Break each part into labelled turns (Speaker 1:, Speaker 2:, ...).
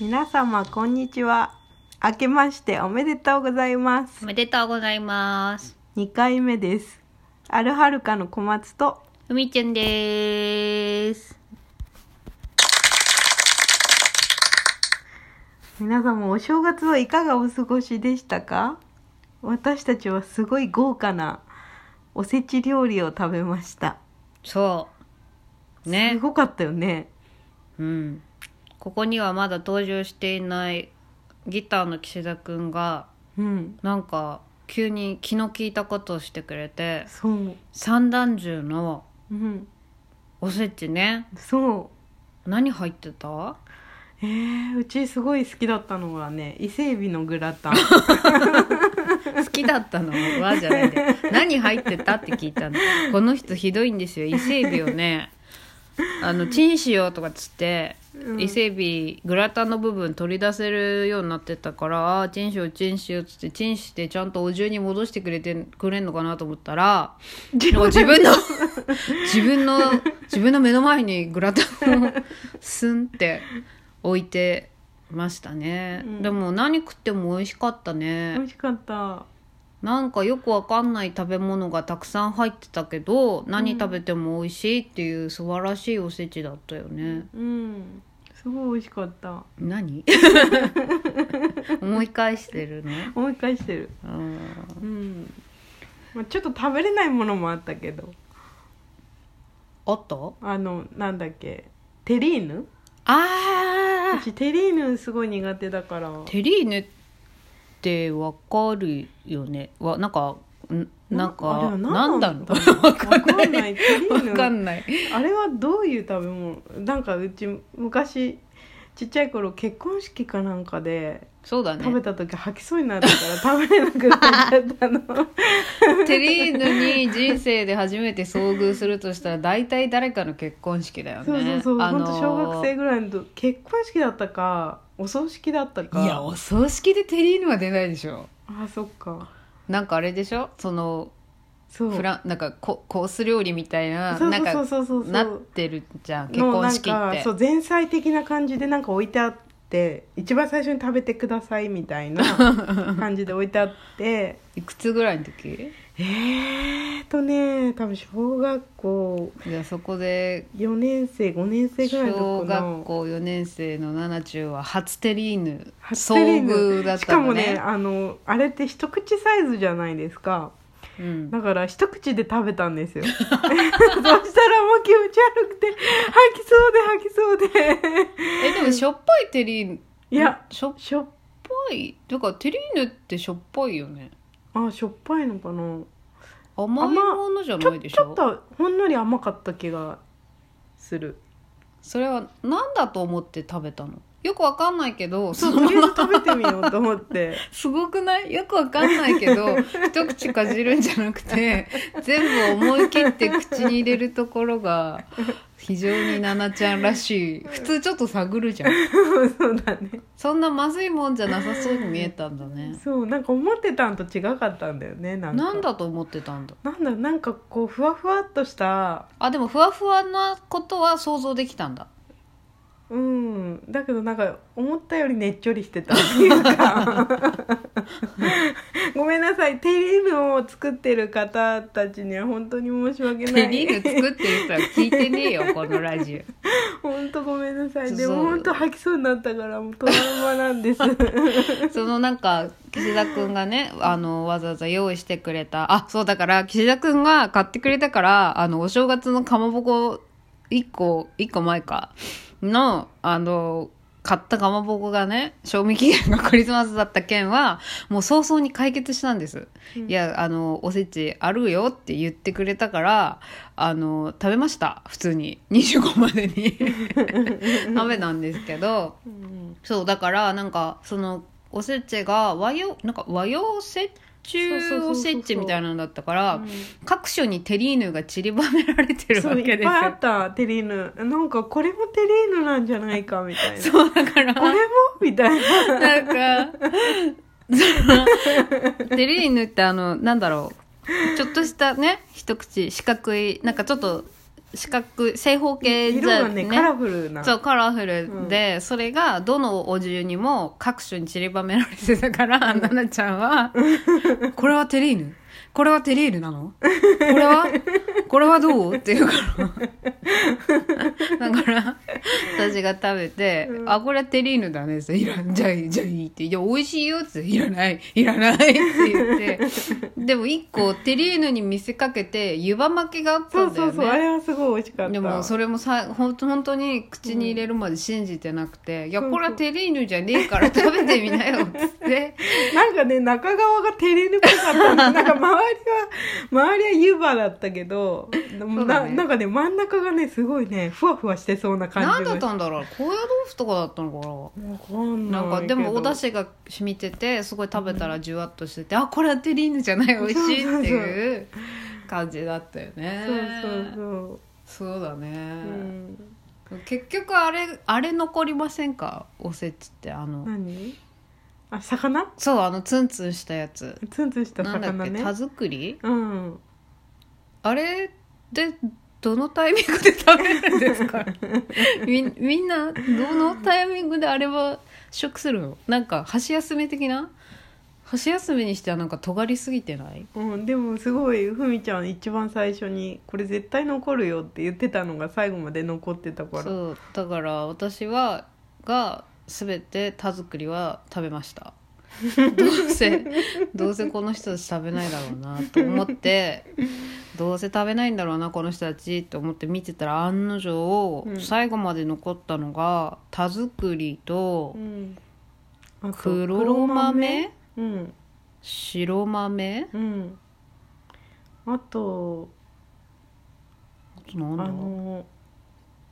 Speaker 1: 皆様こんにちは明けましておめでとうございま
Speaker 2: お
Speaker 1: す
Speaker 2: めでとうございます。
Speaker 1: 2回目ですあるはるかの小松と
Speaker 2: ふみちゃんでーす。
Speaker 1: 皆様お正月はいかがお過ごしでしたか私たちはすごい豪華なおせち料理を食べました、
Speaker 2: そう。
Speaker 1: す
Speaker 2: ね。
Speaker 1: ごかったよね
Speaker 2: うん。ここにはまだ登場していないギターの岸田くんが、
Speaker 1: うん
Speaker 2: なんか急に気の利いたことをしてくれて、
Speaker 1: そう
Speaker 2: 三段重の
Speaker 1: うん
Speaker 2: おせちね。
Speaker 1: そう
Speaker 2: 何入ってた
Speaker 1: えー、うちすごい好きだったのがね伊勢海老のグラタン
Speaker 2: 好きだったのはじゃな いで。何入ってたって聞いたの。この人ひどいんですよ。伊勢海老をね、あの、チンしようとかっつって、
Speaker 1: うん
Speaker 2: 伊勢海老グラタンの部分取り出せるようになってたからあーチンしようチンしようっつってチンしてちゃんとお重に戻してくれてくれんのかなと思っ たらなん か自分の自分の自分の目の前にグラタンをスンって置いてましたね、
Speaker 1: うん
Speaker 2: でも何食っても美味しかった
Speaker 1: 美
Speaker 2: ね
Speaker 1: 味しかった
Speaker 2: なんかよくわかんない食べ物がたくさん入ってたけど何食べても美味しいっていう素晴らしいおせちだったよね、
Speaker 1: うんすごい美味しかった
Speaker 2: 何 思い返してるの
Speaker 1: 思い返してる
Speaker 2: うん
Speaker 1: うん、まあ、ちょっと食べれないものもあったけど
Speaker 2: あった
Speaker 1: あのなんだっけテリーヌう
Speaker 2: あ
Speaker 1: ちテリーヌすごい苦手だから
Speaker 2: テリーヌってわかるよねわなんかんなん
Speaker 1: あれ
Speaker 2: か
Speaker 1: は
Speaker 2: なんだろう
Speaker 1: わ
Speaker 2: わかんない
Speaker 1: テリ
Speaker 2: わ
Speaker 1: ーヌ
Speaker 2: かんない
Speaker 1: あれはどういう食べ物なんかうち昔ちっちゃい頃結婚式かなんかで
Speaker 2: そうだ
Speaker 1: 食べ
Speaker 2: ね
Speaker 1: た時吐きそうになったから食べれなくなっちゃった の
Speaker 2: テリーヌに人生で初めて遭遇するとしたら大体誰かの結婚式だよね
Speaker 1: そうそうそう、
Speaker 2: あ
Speaker 1: ほん
Speaker 2: の
Speaker 1: と小学生ぐらいの時結婚式だったかお葬式だったか
Speaker 2: いやお葬式でテリーヌは出ないでしょ
Speaker 1: あそっか
Speaker 2: なんかあれでしょその
Speaker 1: そう
Speaker 2: フランなんかココース料理みたいな
Speaker 1: そう
Speaker 2: なんか
Speaker 1: そうそうそうそう
Speaker 2: なってるじゃん結
Speaker 1: の
Speaker 2: 婚
Speaker 1: なん
Speaker 2: 式っ
Speaker 1: か
Speaker 2: て
Speaker 1: そう前菜的な感じでなんか置いてあって一番最初に食べてくださいみたい な感じで置いてあって
Speaker 2: いくつぐらいの時
Speaker 1: えーっとね多分小学校
Speaker 2: じゃあそこで
Speaker 1: 4年生5年生ぐらいの
Speaker 2: 小
Speaker 1: 子
Speaker 2: 学
Speaker 1: の
Speaker 2: 校4年生のナナチュウは初テリーヌ
Speaker 1: 初
Speaker 2: 遭
Speaker 1: テレビの
Speaker 2: 遇だっ
Speaker 1: したか
Speaker 2: の
Speaker 1: も
Speaker 2: ね
Speaker 1: ねあのあれって一口サイズじゃないですか
Speaker 2: うん、
Speaker 1: だから一口で食べたんですよ そしたらもう気持ち悪くて吐きそうで吐きそうで
Speaker 2: えでもしょっぱいテリーヌ
Speaker 1: いや
Speaker 2: しょっ
Speaker 1: しょっ
Speaker 2: ぱいだからテリーヌってしょっぱいよね
Speaker 1: あしょっぱいのかな
Speaker 2: 甘いものじゃ
Speaker 1: ち
Speaker 2: な
Speaker 1: ょ
Speaker 2: いでし
Speaker 1: ちょ
Speaker 2: ょ
Speaker 1: っとほんのり甘かった気がする
Speaker 2: それは何だと思って食べたのよくわかんないけど
Speaker 1: そうとりあえず食べてみようと思って
Speaker 2: すごくないよくわかんないけ ど一口かじるんじゃなくて全部思い切って口に入れるところが非常にナナちゃんらしい普通ちょっと探るじゃん
Speaker 1: そうだね
Speaker 2: そんなまずいもんじゃなさそうに見えたんだね
Speaker 1: そうなんか思ってたんと違かったんだよねなんか
Speaker 2: なんだと思ってたんだ
Speaker 1: なんだなんかこうふわふわっとした
Speaker 2: あでもふわふわなことは想像できたんだ
Speaker 1: うんだけどなんか思ったよりねっちょりして たっていうかごめんなさいテリーヌを作ってる方たちには本当に申し訳な
Speaker 2: テリー
Speaker 1: い
Speaker 2: ヌ作ってる人は聞いてねえよこのラジ
Speaker 1: 本当ごめんなさい
Speaker 2: そう
Speaker 1: でも本当吐きそうになったからもうトラウマなん です
Speaker 2: オそのなんか岸田くんがねあのわざわざ用意してくれたあそうだから岸田くんが買ってくれたからあのお正月のかまぼこ1個1個前かのあの買ったかまぼこがね賞味期限がクリスマスだった件はもう早々に解決したんです、
Speaker 1: うん
Speaker 2: いやあのおせちあるよって言ってくれたからあの食べました普通に25まで に食べたんですけど
Speaker 1: うん
Speaker 2: そうだからなんかそのおせちが和洋なんか和洋折衷おせちみたいなのだったから各所にテリーヌが散りばめられてる
Speaker 1: そ
Speaker 2: わ
Speaker 1: う
Speaker 2: け
Speaker 1: いっ
Speaker 2: で
Speaker 1: ぱいあっ
Speaker 2: す
Speaker 1: たテリーヌなんかこれもテリーヌなんじゃないかみたいな
Speaker 2: よ。そうだから
Speaker 1: これもみたいな
Speaker 2: なんか そのテリーヌってあのなんだろうちょっとしたね一口四角いなんかちょっと四角正方形じ
Speaker 1: 色
Speaker 2: ゃ
Speaker 1: がねカラフルな
Speaker 2: そうカラフルで、それがどのお重にも各種に散りばめられてたから、ナナちゃ んは「これはテリーヌこれはテリーヌなのこれはこれはどう?」って言うからだから私が食べて「
Speaker 1: うん
Speaker 2: あこれはテリーヌだね」って言って「いらんじゃあいいじゃあいい」って「いや美味しいよ」って「いらないいらない」って言ってでも一個テリーヌに見せかけて湯葉巻きがあっ
Speaker 1: そ
Speaker 2: たん
Speaker 1: う
Speaker 2: だ
Speaker 1: そう
Speaker 2: よね
Speaker 1: そう、あれはすごい美味しかった
Speaker 2: でもそれもさほんと本当に口に入れるまで信じてなくて「いや
Speaker 1: そうそう
Speaker 2: これはテリーヌじゃねえから食べてみなよ」っつって
Speaker 1: なんかね中側が照れにくかった のなんか周りは周りは湯葉だったけど、
Speaker 2: うだ
Speaker 1: な
Speaker 2: ね
Speaker 1: なんかね真ん中がねすごいねふわふわしてそうな感
Speaker 2: 何
Speaker 1: じが
Speaker 2: だったんだろう高野豆腐とかだったのかな
Speaker 1: わかんな
Speaker 2: ないんかでもお出
Speaker 1: し
Speaker 2: 汁が染みててすごい食べたらじゅわっとしてて「あこれはテリーヌじゃない美味しい」っていう感じだったよね
Speaker 1: そうそうそう、
Speaker 2: そうだね
Speaker 1: う、ん、
Speaker 2: 結局あれあれ残りませんかおせちってあの、
Speaker 1: 何あ魚
Speaker 2: そうあのツンツンしたやつ
Speaker 1: ツンツンした
Speaker 2: なんだっ
Speaker 1: 魚
Speaker 2: け
Speaker 1: ね
Speaker 2: 田作り
Speaker 1: うん
Speaker 2: あれでどのタイミングで食べるんですかみみんなどのタイミングであれは食するのなんか箸休め的な箸休めにしてはなんか尖りすぎてない
Speaker 1: うん、でもすごいふみちゃん一番最初に「これ絶対残るよ」って言ってたのが最後まで残ってたから
Speaker 2: そうだから私はが全て田作りは食べました どうせどうせこの人たち食べないだろうなと思ってどうせ食べないんだろうなこの人たちと思って見てたら案の定、
Speaker 1: うん
Speaker 2: 最後まで残ったのが田作りと
Speaker 1: うん、あと
Speaker 2: 黒豆
Speaker 1: うん
Speaker 2: 白豆
Speaker 1: うんあと
Speaker 2: あとな
Speaker 1: あ
Speaker 2: んだ
Speaker 1: の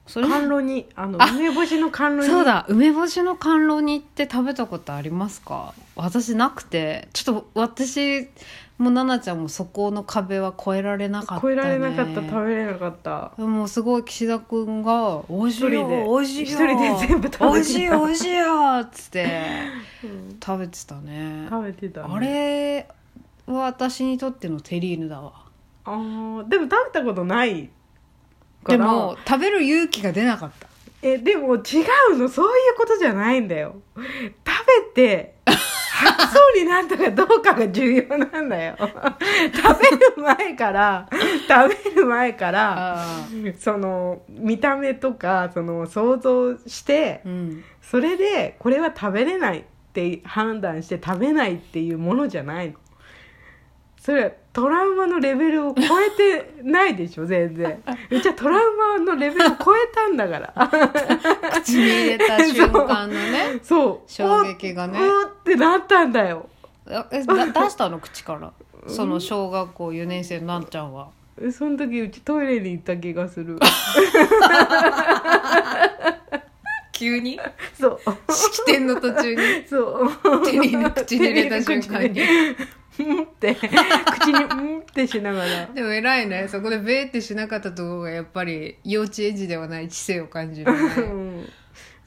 Speaker 2: それ
Speaker 1: 甘露煮あの
Speaker 2: あ
Speaker 1: 梅干しの甘露煮
Speaker 2: そうだ梅干しの甘露煮って食べたことありますか私なくてちょっと私も奈々ちゃんもそこの壁は越えられなかった、
Speaker 1: 超
Speaker 2: ね、
Speaker 1: えられなかった食べれなかった
Speaker 2: もうすごい岸田くんが「美味しい
Speaker 1: 一
Speaker 2: よ
Speaker 1: 人で
Speaker 2: 美味しいよ
Speaker 1: 一人で全部食べてた
Speaker 2: 美味しいよ美味しいよ」っつって
Speaker 1: うん
Speaker 2: 食べてたね
Speaker 1: 食べてたね、
Speaker 2: あれは私にとってのテリーヌだわ
Speaker 1: あーでも食べたことないから
Speaker 2: でも食べる勇気が出なかった
Speaker 1: えでも違うのそういうことじゃないんだよ食べて吐きそうになったかどうかが重要なんだ よ食べる前から食べる前から
Speaker 2: あ
Speaker 1: その見た目とかその想像して
Speaker 2: ーうん
Speaker 1: それでこれは食べれないって判断して食べないっていうものじゃないのそれはトラウマのレベルを超えてないでしょ全然うちはトラウマのレベルを超えたんだから
Speaker 2: 口に入れた瞬間のね
Speaker 1: そう
Speaker 2: 衝撃がね
Speaker 1: おおってなったんだよ
Speaker 2: あえ だ出したの口からその小学校4年生のなんちゃんは
Speaker 1: その時うちトイレに行った気がす る
Speaker 2: 急に
Speaker 1: そう
Speaker 2: 式典の途中に
Speaker 1: そう
Speaker 2: 手に口に入れた瞬間に
Speaker 1: 手入れた瞬間 にうんって口にうんってしながら
Speaker 2: でも偉いねそこでベーってしなかったところがやっぱり幼稚園児ではない知性を感じる、
Speaker 1: う
Speaker 2: ね、
Speaker 1: ん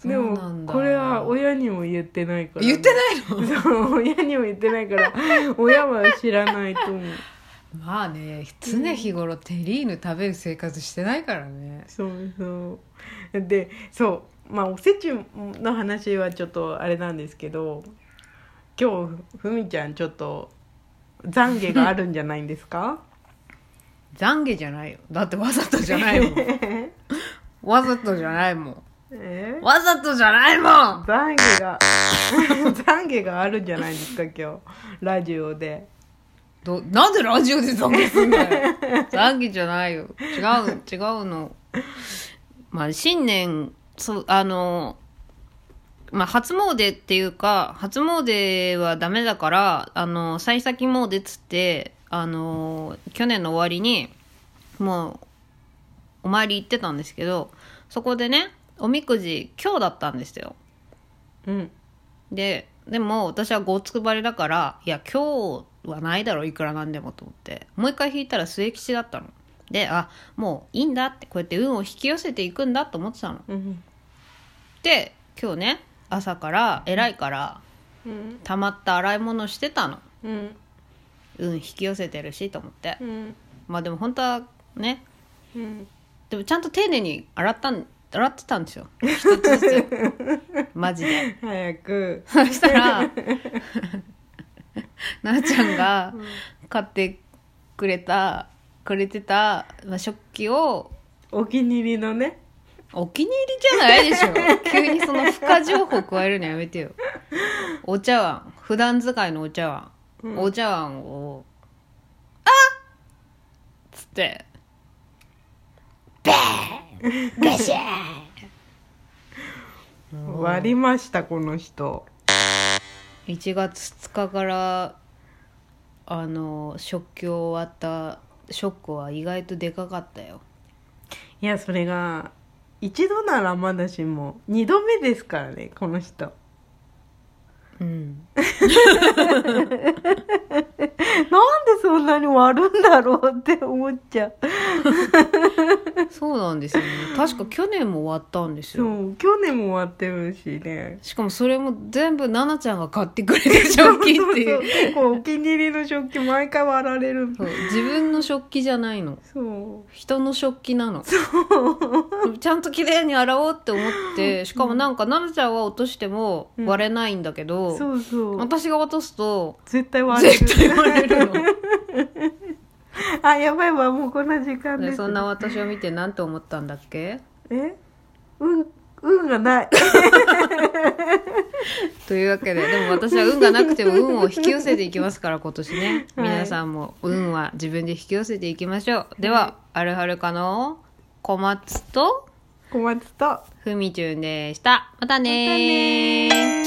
Speaker 2: そう
Speaker 1: で
Speaker 2: なんだ
Speaker 1: もこれは親にも言ってないからね、
Speaker 2: 言ってないの
Speaker 1: ないそう親にも言ってないから 親は知らないと思う
Speaker 2: まあね常日頃テリーヌ食べる生活してないからね
Speaker 1: そうそうでそうまあおせちの話はちょっとあれなんですけど今日ふみちゃんちょっと懺悔があるんじゃないんですか
Speaker 2: 懺悔じゃないよだってわざとじゃないも んわざとじゃないも
Speaker 1: え
Speaker 2: んわざとじゃないもん
Speaker 1: 懺悔が 懺悔があるんじゃないですか今日ラジオで
Speaker 2: どなんでラジオで懺悔すんだよ懺悔じゃないよ違う違うのまあ新年そうあのまあ初詣っていうか初詣はダメだからあの幸先詣っつってあの去年の終わりにもうお参り行ってたんですけどそこでねおみくじ今日だったんですよ
Speaker 1: うん
Speaker 2: ででも私はゴーつくばりだからいや今日はないだろいくらなんでもと思ってもう一回引いたら末吉だったのであもういいんだってこうやって運を引き寄せていくんだと思ってたの
Speaker 1: うん
Speaker 2: で今日ね朝から偉いから
Speaker 1: うん
Speaker 2: 溜まった洗い物してたの
Speaker 1: うん
Speaker 2: 運引き寄せてるしと思って
Speaker 1: うん
Speaker 2: まあでも本当はね
Speaker 1: うん
Speaker 2: でもちゃんと丁寧に洗ったん洗ってたんですよ一つずつマジで
Speaker 1: 早く
Speaker 2: そしたら なあちゃんが買ってくれたくれてた、まあ、食器を
Speaker 1: お気に入りのね
Speaker 2: お気に入りじゃないでし ょ急にその付加情報加えるのやめてよお茶碗普段使いのお茶碗、
Speaker 1: うん
Speaker 2: お茶碗をあっつってバーンガシャー
Speaker 1: 割りましたこの人
Speaker 2: ン1月2日からあの食器を割ったショックは意外とでかかったよ
Speaker 1: いやそれが一度ならまだしも二度目ですからねこの人
Speaker 2: うん
Speaker 1: なんでそんなに割るんだろうって思っちゃう
Speaker 2: そうなんですよね確か去年も割ったんですよ
Speaker 1: そう去年も割ってるしね
Speaker 2: しかもそれも全部奈々ちゃんが買ってくれた食器ってい う
Speaker 1: そうそうそう結構お気に入りの食器毎回割られる
Speaker 2: そう自分の食器じゃないの
Speaker 1: そう
Speaker 2: 人の食器なのちゃんと綺麗に洗おうって思ってしかもなんか奈々ちゃんは落としても
Speaker 1: うん
Speaker 2: 割れないんだけど、
Speaker 1: そうそう
Speaker 2: 私が渡すと
Speaker 1: 絶対割れる
Speaker 2: 絶対割れ るの
Speaker 1: あやばいわもうこんな時間で
Speaker 2: ですそんな私を見て何て思ったんだっけ
Speaker 1: え運運がない
Speaker 2: というわけででも私は運がなくても運を引き寄せていきま すから今年ね、
Speaker 1: はい
Speaker 2: 皆さんも運は自分で引き寄せていきましょうではあるはるかの小松と
Speaker 1: 小松と
Speaker 2: ふみちゅんでしたまたねー
Speaker 1: またねー